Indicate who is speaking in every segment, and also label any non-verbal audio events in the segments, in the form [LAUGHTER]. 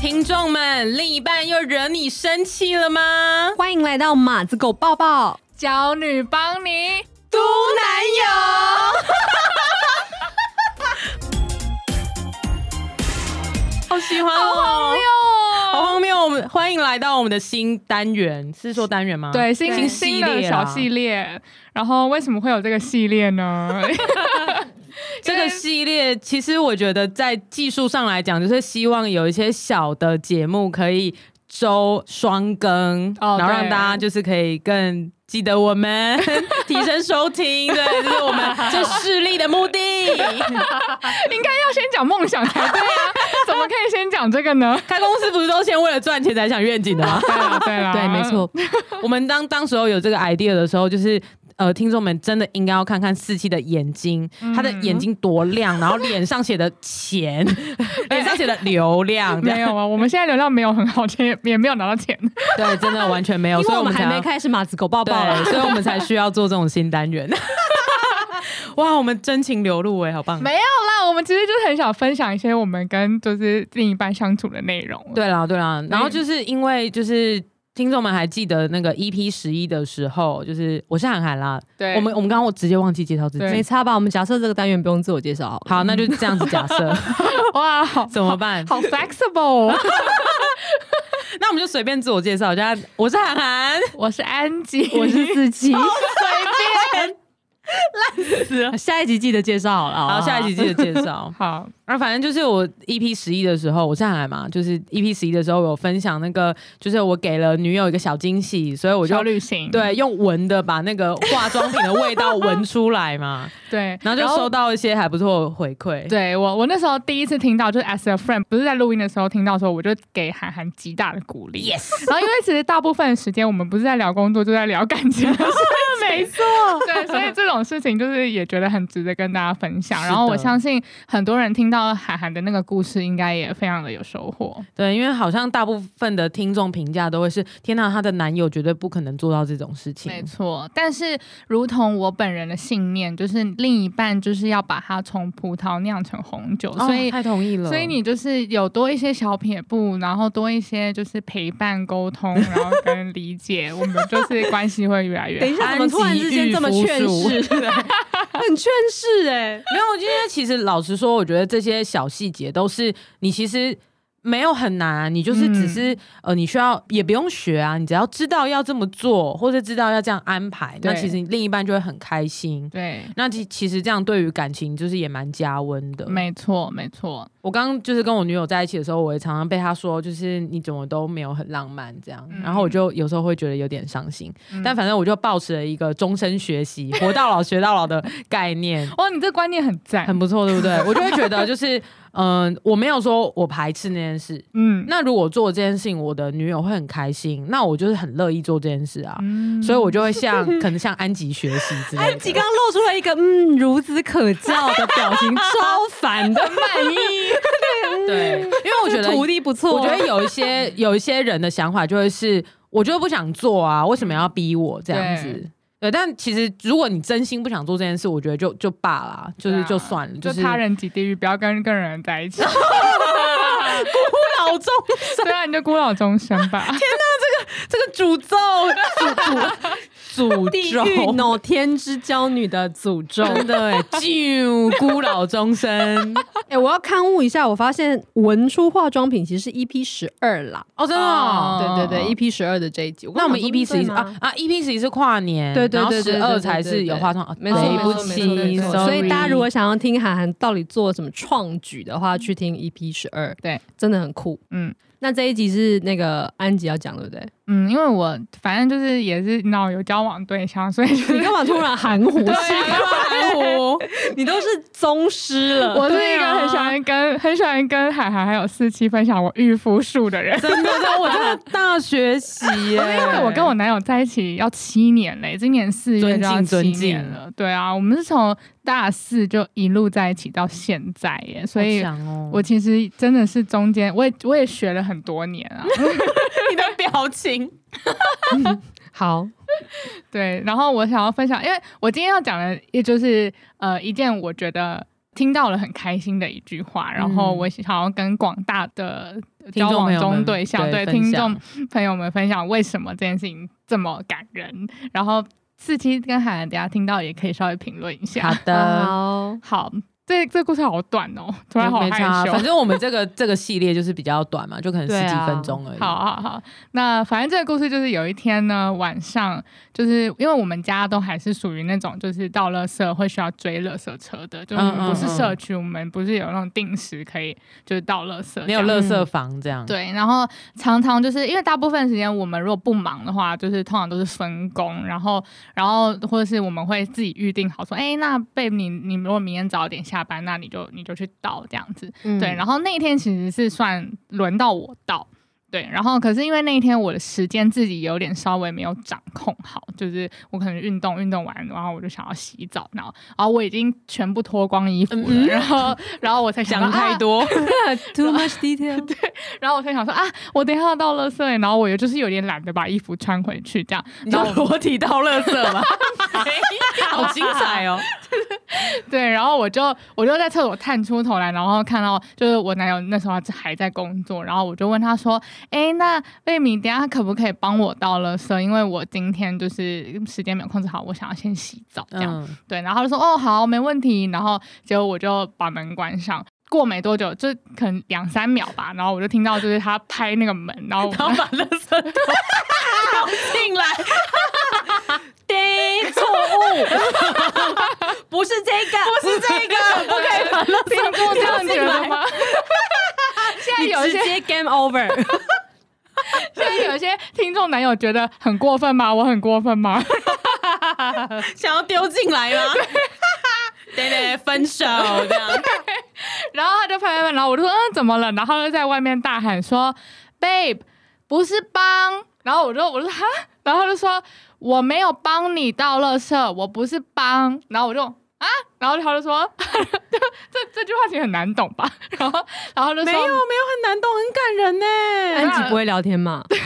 Speaker 1: 听众们，另一半又惹你生气了吗？
Speaker 2: 欢迎来到马子狗抱抱，
Speaker 1: 哦
Speaker 3: 娇女帮你。
Speaker 1: 都男友， [LAUGHS] 好喜欢
Speaker 3: 哎
Speaker 1: 哦，好荒谬！我们欢迎来到我们的新单元，是说单元吗？
Speaker 3: 对，新
Speaker 1: 新系
Speaker 3: 新
Speaker 1: 列啊
Speaker 3: 的
Speaker 1: 啦
Speaker 3: 小系列。然后为什么会有这个系列
Speaker 1: [LAUGHS]
Speaker 3: 呢？
Speaker 1: 这个系列其实我觉得在技术上来讲，就是希望有一些小的节目可以周双更，
Speaker 3: 哦
Speaker 1: 然后让
Speaker 3: 对
Speaker 1: 大家就是可以更记得我们， [LAUGHS] 提升收听，对，这是我们这势力的目的。
Speaker 3: 应该要先讲梦想才对啊，怎么可以先讲这个呢？
Speaker 1: 开公司不是都先为了赚钱才想愿景的吗？
Speaker 3: 对啦，对
Speaker 1: 啊
Speaker 3: 啦，
Speaker 2: 对，没。错，
Speaker 1: 我们当当时候有这个 idea 的时候，就是。呃，听众们真的应该要看看四七的眼睛，他的眼睛多亮，然后脸上写的钱，脸上写的流量，这样
Speaker 3: 没有啊，我们现在流量没有很好，钱也没有拿到
Speaker 1: [LAUGHS]
Speaker 3: 钱。
Speaker 1: 对，真的完全没有，
Speaker 2: 因
Speaker 1: 所以
Speaker 2: 为我们
Speaker 1: 才
Speaker 2: 还
Speaker 1: 要
Speaker 2: 没开始马子狗抱抱
Speaker 1: 对，
Speaker 2: 了。
Speaker 1: 所以我们才需要做这种新单元。哇，我们真情流露哎，好棒！
Speaker 3: 没有啦，我们其实就是很想分享一些我们跟就是另一半相处的内容。
Speaker 1: 对啦，对啦，然后就是因为就是。听众们还记得那个 EP 十一的时候，就是我是韩寒啦。
Speaker 3: 对
Speaker 1: 我们我们刚刚我直接忘记介绍自
Speaker 3: 对
Speaker 1: 己
Speaker 2: 没，差吧？我们假设这个单元不用自我介绍好了。
Speaker 1: 好，那就这样子假设，
Speaker 3: 哇，好
Speaker 1: [LAUGHS] 怎么办？
Speaker 3: 好 flexible 哦。
Speaker 1: 那我们就随便自我介绍一下，我是韩寒，
Speaker 3: 我是安吉，
Speaker 2: 我是四
Speaker 1: [LAUGHS]
Speaker 2: 七，
Speaker 1: 随
Speaker 2: 下一集记得介绍好了。
Speaker 1: 便。
Speaker 2: 不
Speaker 1: 好，下一集记得介绍。
Speaker 3: 好，
Speaker 1: 然后反正就是我 EP 十一的时候，我上来嘛，就是 EP 十一的时候有分享那个，就是我给了女友一个小惊喜，所以我
Speaker 3: 我
Speaker 1: 就
Speaker 3: 就旅行。
Speaker 1: 对用闻的把那个化妆品的味
Speaker 3: [LAUGHS]
Speaker 1: 道闻出来嘛，
Speaker 3: 对，
Speaker 1: 然后就收到一些还不错的回馈。
Speaker 3: 对我，我那时候第一次听到，就是 as a friend，不是在录音的时候听到的时候，我就给韩寒极大的鼓励。
Speaker 1: ，yes，
Speaker 3: 然后因为其实大部分的时间我们不是在聊工作，就在聊感情的事
Speaker 1: [LAUGHS] 没错，
Speaker 3: 对，所以这种事情就是也觉得很值得跟大家分享。
Speaker 1: 是的
Speaker 3: 然后我相信很多人听到韩寒的那个故事，应该也非常的有收获。
Speaker 1: 对，因为好像大部分的听众评价都会是，天呐，她的男友绝对不可能做到这种事情。
Speaker 3: 没错，但是如同我本人的信念，就是另一半就是要把它从葡萄酿成红酒，
Speaker 1: 哦
Speaker 3: 所以
Speaker 1: 太同意了，
Speaker 3: 所以你就是有多一些小撇步，然后多一些就是陪伴、沟
Speaker 1: [LAUGHS]
Speaker 3: 通，然后跟理解，我们就是关系会越来越
Speaker 2: 等一
Speaker 3: 好。
Speaker 2: 下，怎么突然之间这么
Speaker 1: [LAUGHS]
Speaker 2: 劝世？很劝世哎，
Speaker 1: 没有，因为其实老实说，我觉得这些小细节都是你其实。没有很难、啊你就是
Speaker 3: 嗯
Speaker 1: 只是、呃，你需要也不用学啊，你只要知道要这么做，或者知道要这样安排，那
Speaker 3: 对
Speaker 1: 其实你另一半就会很开心。
Speaker 3: 对，
Speaker 1: 那其其实这样对于感情就是也蛮加温的。
Speaker 3: 没错，没错，
Speaker 1: 我刚刚就是跟我女友在一起的时候，我也常常被她说，就是你怎么都没有很浪漫这样，
Speaker 3: 嗯
Speaker 1: 然后我就有时候会觉得有点伤心，
Speaker 3: 嗯
Speaker 1: 但反正我就抱持了一个终身学习、活到老学到老的概念。
Speaker 3: 哦，你这观念很赞，
Speaker 1: 很不错，对不对？我就会觉得就是，嗯、我没有说我排斥那件事。
Speaker 3: 嗯，
Speaker 1: 那如果做这件事情，我的女友会很开心，那我就是很乐意做这件事啊。
Speaker 3: 嗯
Speaker 1: 所以我就会向可能向安吉学习之类的。
Speaker 2: 安吉刚刚露出了一个嗯孺子可教的表情，超烦的，满意。
Speaker 1: 对，因为
Speaker 2: [LAUGHS]
Speaker 1: 我觉得
Speaker 2: 徒弟不错，
Speaker 1: 我觉得有一些有一些人的想法就会是，我就不想做啊，为什么要逼我这样子
Speaker 3: 对？
Speaker 1: 对，但其实如果你真心不想做这件事，我觉得就就罢了，就是
Speaker 3: 对啊
Speaker 1: 就算了，
Speaker 3: 就是他人及地狱，不要跟跟人在
Speaker 1: [LAUGHS]
Speaker 3: 一起，
Speaker 1: 不老中
Speaker 3: 对啊，你就孤老终生
Speaker 1: [LAUGHS]
Speaker 3: 吧。
Speaker 1: 这个诅咒，诅诅
Speaker 2: 地
Speaker 1: 诅
Speaker 2: 狱
Speaker 1: 咒， [LAUGHS]
Speaker 2: 喏天之娇女的诅咒。
Speaker 1: 真的哎，就孤老终
Speaker 2: [LAUGHS]
Speaker 1: 生
Speaker 2: 哎、我要刊物一下，我发现闻出化妆品其实是 EP 十二啦。
Speaker 1: 哦，真的哦。
Speaker 3: 哦
Speaker 2: 对对对，EP 十二的这一集，
Speaker 1: 那我们
Speaker 2: 刚
Speaker 1: EP
Speaker 2: 刚
Speaker 1: 十一
Speaker 2: 说
Speaker 1: 啊啊，EP 十一是跨年，
Speaker 2: 对对
Speaker 1: 然后
Speaker 2: 对
Speaker 1: 十
Speaker 2: 对对
Speaker 1: 二
Speaker 2: 对
Speaker 1: 才
Speaker 2: 对
Speaker 1: 是
Speaker 2: 对
Speaker 1: 有化妆，啊
Speaker 2: 对对
Speaker 1: 对
Speaker 2: 没
Speaker 1: 不
Speaker 2: 错没
Speaker 1: 起
Speaker 2: 错没错没错。所以
Speaker 1: sorry
Speaker 2: 大家如果想要听韩寒到底做什么创举的话，去听 EP 十二，
Speaker 3: 对，
Speaker 2: 真的很酷。
Speaker 3: 嗯
Speaker 2: 那这一集是那个安吉要讲，对不对？
Speaker 3: 嗯，因为我反正就是也是闹有交往对象，所以就是
Speaker 2: 你干嘛突然含糊？
Speaker 1: 干嘛含糊，
Speaker 2: [LAUGHS] 你都是宗师了。
Speaker 3: 我是
Speaker 1: 对
Speaker 3: 一个
Speaker 1: 啊
Speaker 3: 很喜欢跟、很喜欢跟海涵还有四七分享我御夫术的人。
Speaker 1: 真的，真的我真的大学 [LAUGHS] 习耶，
Speaker 3: 因为我跟我男友在一起要七年嘞，今年四月就要七
Speaker 1: 尊敬
Speaker 3: 年了。对啊，我们是从大四就一路在一起到现在耶，所以
Speaker 1: 好强哦
Speaker 3: 我其实真的是中间，我也我也学了很多年啊。 [LAUGHS]
Speaker 1: 你 [LAUGHS] 的表情，
Speaker 2: 好，
Speaker 3: 对，然后我想要分享，因为我今天要讲的，也就是呃一件我觉得听到了很开心的一句话，然后
Speaker 1: 嗯
Speaker 3: 我想要跟广大的交往中对象、对听众朋友们分享为什么这件事情这么感人，然后四期跟海兰等下听到也可以稍微评论一
Speaker 1: [LAUGHS] 好
Speaker 3: 下。
Speaker 1: 的。
Speaker 2: 好，
Speaker 3: 好，这这故事好短哦，突然好
Speaker 1: 没
Speaker 3: 害
Speaker 1: 差，
Speaker 3: 羞
Speaker 1: 反。正我们这个这个系列就是比较短嘛，就可能
Speaker 2: 对
Speaker 1: 十几
Speaker 2: 啊
Speaker 1: 分钟而已。
Speaker 3: 好 [LAUGHS] 好好，那反正这个故事就是有一天呢，晚上就是因为我们家都还是属于那种就是到垃圾会需要追垃圾车的，就是我们不是
Speaker 1: 嗯嗯嗯
Speaker 3: 社区，我们不是有那种定时可以就是到垃圾这样，
Speaker 1: 没有垃圾房这样。
Speaker 3: 对，然后常常就是因为大部分时间我们如果不忙的话，就是通常都是分工，然后然后或者是我们会自己预定好说，哎，那贝你你如果明天早点下班，那你就你就去倒这样子。
Speaker 2: 嗯
Speaker 1: 嗯
Speaker 3: 对，然后那一天其实是算轮到我倒。对，然后可是因为那一天我的时间自己有点稍微没有掌控好，就是我可能运动运动完，然后我就想要洗澡，然后然后我已经全部脱光衣服了，
Speaker 1: 嗯嗯
Speaker 3: 然后然后我才想到
Speaker 1: 讲太
Speaker 3: 啊
Speaker 1: 多，
Speaker 2: [LAUGHS] too much detail，
Speaker 3: 然后我才想说啊，我等一下要到垃圾欸，然后我也就是有点懒得把衣服穿回去，这样。
Speaker 1: [LAUGHS] 你就裸体到垃圾 [LAUGHS] 吧，好精彩哦！
Speaker 3: 对，然后我就我就在厕所探出头来，然后看到就是我男友那时候他还在工作，然后我就问他说：“哎，那贝米，等一下可不可以帮我到垃圾？因为我今天就是时间没有控制好，我想要先洗澡这样。
Speaker 1: 嗯， [LAUGHS]
Speaker 3: 对，然后他就说：“哦，好，没问题。”然后结果我就把门关上。过没多久，就可能两三秒吧，然后我就听到就是他拍那个门，然后我
Speaker 1: 然后把垃圾桶搞进来，
Speaker 2: [LAUGHS] 对，错误，不是这个，
Speaker 1: 不是这个，不可以把垃圾
Speaker 3: 听众这样觉得吗？现在有一
Speaker 2: 你
Speaker 3: 些
Speaker 2: 直接 game [LAUGHS] over。
Speaker 3: 现在有一些听众男友觉得很过分吗？我很过分吗？
Speaker 1: 想要丢进来吗？对对，分手这样。
Speaker 3: [LAUGHS] 然后他就拍拍拍，然后我就说嗯怎么了？然后他就在外面大喊说，babe 不是帮，然后我就我就哈，然后他就说我没有帮你倒垃圾，我不是帮，然后我就啊，然后他就说 [LAUGHS] 这这句话其实很难懂吧？ [LAUGHS] 然后然后他就说
Speaker 1: 很难懂，很感人呢。
Speaker 2: 安吉不会聊天嘛？
Speaker 1: 哎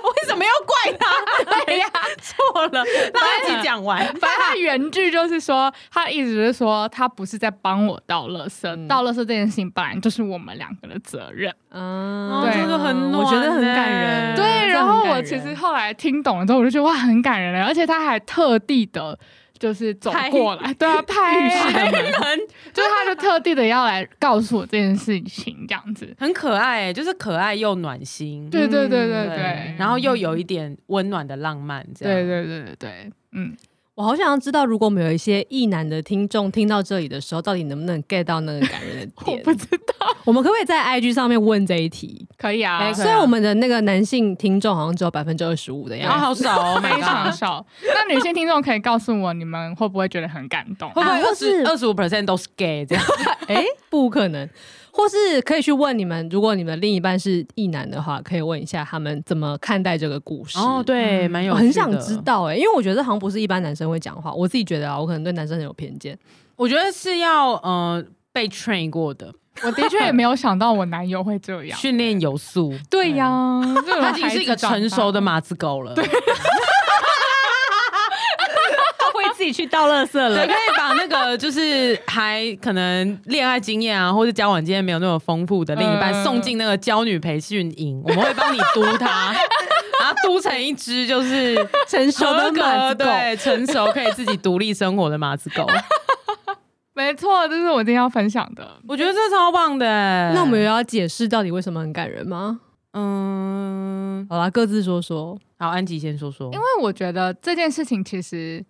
Speaker 1: 为什么要怪他？ [LAUGHS] 哎对呀，错 [LAUGHS] 了，让他自己讲完。
Speaker 3: 反正他原句就是说，他一直是说他不是在帮我倒垃圾，
Speaker 1: 嗯
Speaker 3: 倒垃圾这件事情本来就是我们两个的责任。
Speaker 2: 嗯，
Speaker 3: 对这啊
Speaker 1: 个很暖
Speaker 2: 我觉得很
Speaker 1: 呢
Speaker 2: 感人。
Speaker 1: 嗯
Speaker 3: 对
Speaker 1: 这，
Speaker 3: 然后我其实后来听懂了之后，我就觉得哇，很感人了，欸而且他还特地的。就是走
Speaker 1: 拍
Speaker 3: 过
Speaker 1: [LAUGHS]
Speaker 3: 来，对啊，拍，
Speaker 1: 人
Speaker 3: [LAUGHS] 就是他就特地的要来告诉我这件事情，这样子，
Speaker 1: 很可爱，就是可爱又暖心。
Speaker 3: 对对对对
Speaker 2: 嗯
Speaker 3: 对，
Speaker 1: 然后又有一点温暖的浪漫，这样。
Speaker 3: 对对对对对，嗯，
Speaker 2: 我好想要知道，如果我们有一些意男的听众听到这里的时候，到底能不能 get 到那个感人的
Speaker 3: [LAUGHS] 我
Speaker 2: 点？
Speaker 3: 不知道，
Speaker 2: 我们可不可以在 IG 上面问这一题？
Speaker 3: 可以啊
Speaker 1: 哎，
Speaker 2: 虽然我们的那个男性听众好像只有百分之二十五的
Speaker 1: 啊，
Speaker 2: 样子，
Speaker 1: 好少哦，
Speaker 3: [LAUGHS] 非常
Speaker 1: my god。
Speaker 3: 少。那女性听众可以告诉我，你们会不会觉得很感动？
Speaker 1: 会不会
Speaker 2: 啊或
Speaker 1: 二
Speaker 2: 是
Speaker 1: 十二十五 percent 都是 gay 这样？
Speaker 2: [LAUGHS] 哎、不可能。或是可以去问你们，如果你们另一半是异男的话，可以问一下他们怎么看待这个故事。
Speaker 1: 哦，对，
Speaker 3: 嗯
Speaker 1: 蛮有
Speaker 2: 我
Speaker 1: 趣的。
Speaker 2: 很想知道哎、因为我觉得好像不是一般男生会讲话。我自己觉得啊，我可能对男生很有偏见。
Speaker 1: 我觉得是要呃被 train 过的，
Speaker 3: 我的确也没有想到我男友会
Speaker 1: [LAUGHS]
Speaker 3: 这样。
Speaker 1: 训练有素。
Speaker 3: 对啊呀、这种
Speaker 1: 啊他已经是一个
Speaker 3: 孩子长大
Speaker 1: 成熟的马子狗了，对，可 [LAUGHS]
Speaker 2: 他会自己去倒垃圾了。
Speaker 1: 以把那个就是还可能恋爱经验啊，或者交往经验没有那么丰富的另一半
Speaker 3: 嗯
Speaker 1: 送进那个娇女培训营，我们会帮你督 [LAUGHS] 他，然后督成一只就是
Speaker 2: 成熟
Speaker 1: 合
Speaker 2: 的马
Speaker 1: 格、[LAUGHS]
Speaker 2: 子狗，
Speaker 1: 对成熟可以自己独立生活的马子狗。
Speaker 3: 没错，这是我今天要分享的。
Speaker 1: 我觉得这超棒的欸。
Speaker 2: 那我们有要解释到底为什么很感人吗？
Speaker 1: 嗯，
Speaker 2: 好啦，各自说说。
Speaker 1: 好，安吉先说说，
Speaker 3: 因为我觉得这件事情其实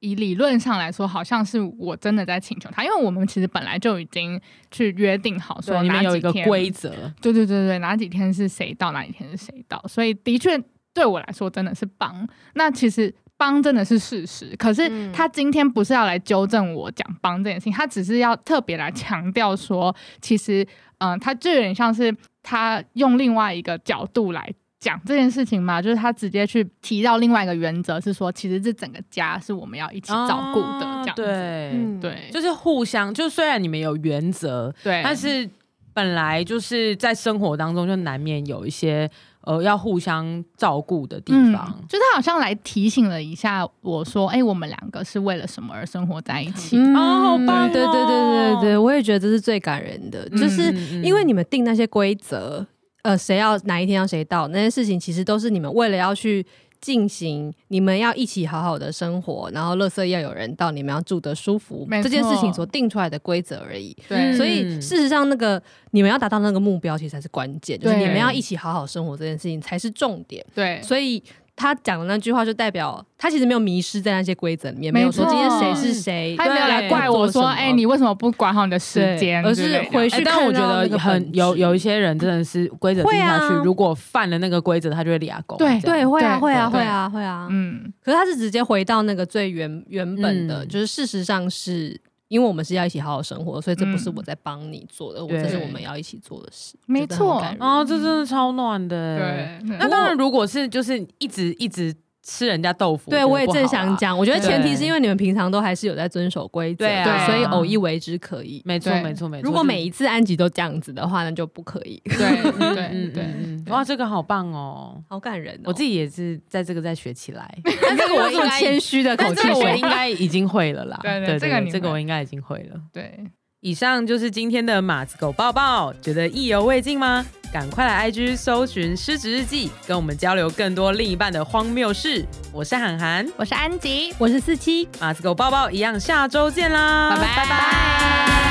Speaker 3: 以理论上来说，好像是我真的在请求他，因为我们其实本来就已经去约定好说
Speaker 1: 对你们
Speaker 3: 哪
Speaker 1: 有
Speaker 3: 几
Speaker 1: 一个
Speaker 3: 天
Speaker 1: 规则，
Speaker 3: 对对对对，哪几天是谁到，哪几天是谁到，所以的确对我来说真的是帮。那其实帮真的是事实，可是
Speaker 2: 嗯
Speaker 3: 他今天不是要来纠正我讲帮这件事情，他只是要特别来强调说，其实嗯、呃他就有点像是他用另外一个角度来。讲这件事情嘛，就是他直接去提到另外一个原则，是说其实这整个家是我们要一起照顾的，
Speaker 1: 啊
Speaker 3: 这样子。嗯
Speaker 1: 对，
Speaker 3: 对
Speaker 1: 就是互相，就虽然你们有原则，
Speaker 3: 对，
Speaker 1: 但是本来就是在生活当中就难免有一些呃要互相照顾的地方。
Speaker 3: 嗯，就是他好像来提醒了一下我说，哎、我们两个是为了什么而生活在一起？
Speaker 2: 嗯
Speaker 1: 哦好棒
Speaker 2: 对对对
Speaker 1: 哦
Speaker 2: 对对，我也觉得这是最感人的，就是
Speaker 1: 嗯
Speaker 2: 因为你们定那些规则，呃，谁要哪一天要谁到，那些事情其实都是你们为了要去进行，你们要一起好好的生活，然后垃圾要有人到，你们要住得舒服
Speaker 3: 没，
Speaker 2: 这
Speaker 3: 错
Speaker 2: 件事情所定出来的规则而已。
Speaker 1: 嗯
Speaker 2: 所以事实上，那个你们要达到那个目标，其实才是关键，就是
Speaker 3: 对
Speaker 2: 你们要一起好好生活这件事情才是重点。
Speaker 3: 对，
Speaker 2: 所以他讲的那句话，就代表他其实没有迷失在那些规则里面，没有说
Speaker 3: 没
Speaker 2: 今
Speaker 3: 错
Speaker 2: 天谁是谁，
Speaker 3: 他也没有来怪我说，
Speaker 2: 对
Speaker 3: 哎、你为什么不管好你的时
Speaker 2: 对
Speaker 3: 间
Speaker 2: 而
Speaker 3: 之
Speaker 2: 是
Speaker 3: 类的？
Speaker 2: 回
Speaker 1: 哎
Speaker 2: 去
Speaker 1: 但我
Speaker 2: 看
Speaker 1: 觉
Speaker 2: 到那
Speaker 1: 得
Speaker 2: 个
Speaker 1: 很
Speaker 2: 本
Speaker 1: 有
Speaker 2: 质
Speaker 1: 有一些人真的是规则定
Speaker 2: 会
Speaker 1: 下
Speaker 2: 啊
Speaker 1: 去，如果犯了那个规则，他就会俩狗。
Speaker 3: 对
Speaker 1: 这样
Speaker 2: 对，会啊，
Speaker 3: 对
Speaker 2: 会啊，
Speaker 3: 对
Speaker 2: 会啊，会啊。
Speaker 3: 嗯，
Speaker 2: 可是他是直接回到那个最原原本的，
Speaker 1: 嗯
Speaker 2: 就是事实上是因为我们是要一起好好生活，所以这不是我在帮你做的，我
Speaker 1: 对
Speaker 2: 这是我们要一起做的事。
Speaker 3: 没错
Speaker 1: 哦，这真的超暖的。
Speaker 3: 对，，哦
Speaker 1: 那当然，如果是就是一直一直吃人家豆腐，
Speaker 2: 对，
Speaker 1: 觉得
Speaker 2: 我也
Speaker 1: 不好
Speaker 2: 正想
Speaker 1: 啊，
Speaker 2: 讲，我觉得
Speaker 1: 对
Speaker 2: 前提是因为你们平常都还是有在遵守规则，
Speaker 1: 对啊
Speaker 2: 所以偶一为之可以。
Speaker 1: 没错
Speaker 3: 对
Speaker 1: 没错没错。
Speaker 2: 如果
Speaker 1: 就是
Speaker 2: 每一次安吉都这样子的话，那就不可以。
Speaker 3: 对对对
Speaker 1: 嗯
Speaker 3: 对，
Speaker 1: 嗯嗯，哇，这个好棒哦！
Speaker 2: 好感人、哦，
Speaker 1: 我自己也是在这个再学 [LAUGHS] 起来，
Speaker 2: 但这个我应
Speaker 1: 用
Speaker 2: 该谦虚的口
Speaker 1: 但
Speaker 2: 气
Speaker 1: 这个我
Speaker 2: 说
Speaker 1: 应该已经会了啦。
Speaker 3: 对对
Speaker 1: [LAUGHS] 对，
Speaker 3: 这个你
Speaker 1: 对这个
Speaker 3: 会
Speaker 1: 我应该已经会了。
Speaker 3: 对
Speaker 1: 以上就是今天的马子狗抱抱，觉得意犹未尽吗？赶快来 IG 搜寻失职日记，跟我们交流更多另一半的荒谬事。我是涵涵，
Speaker 3: 我是安吉，
Speaker 2: 我是四七，
Speaker 1: 马子狗抱抱一样，下周见啦，
Speaker 3: 拜拜。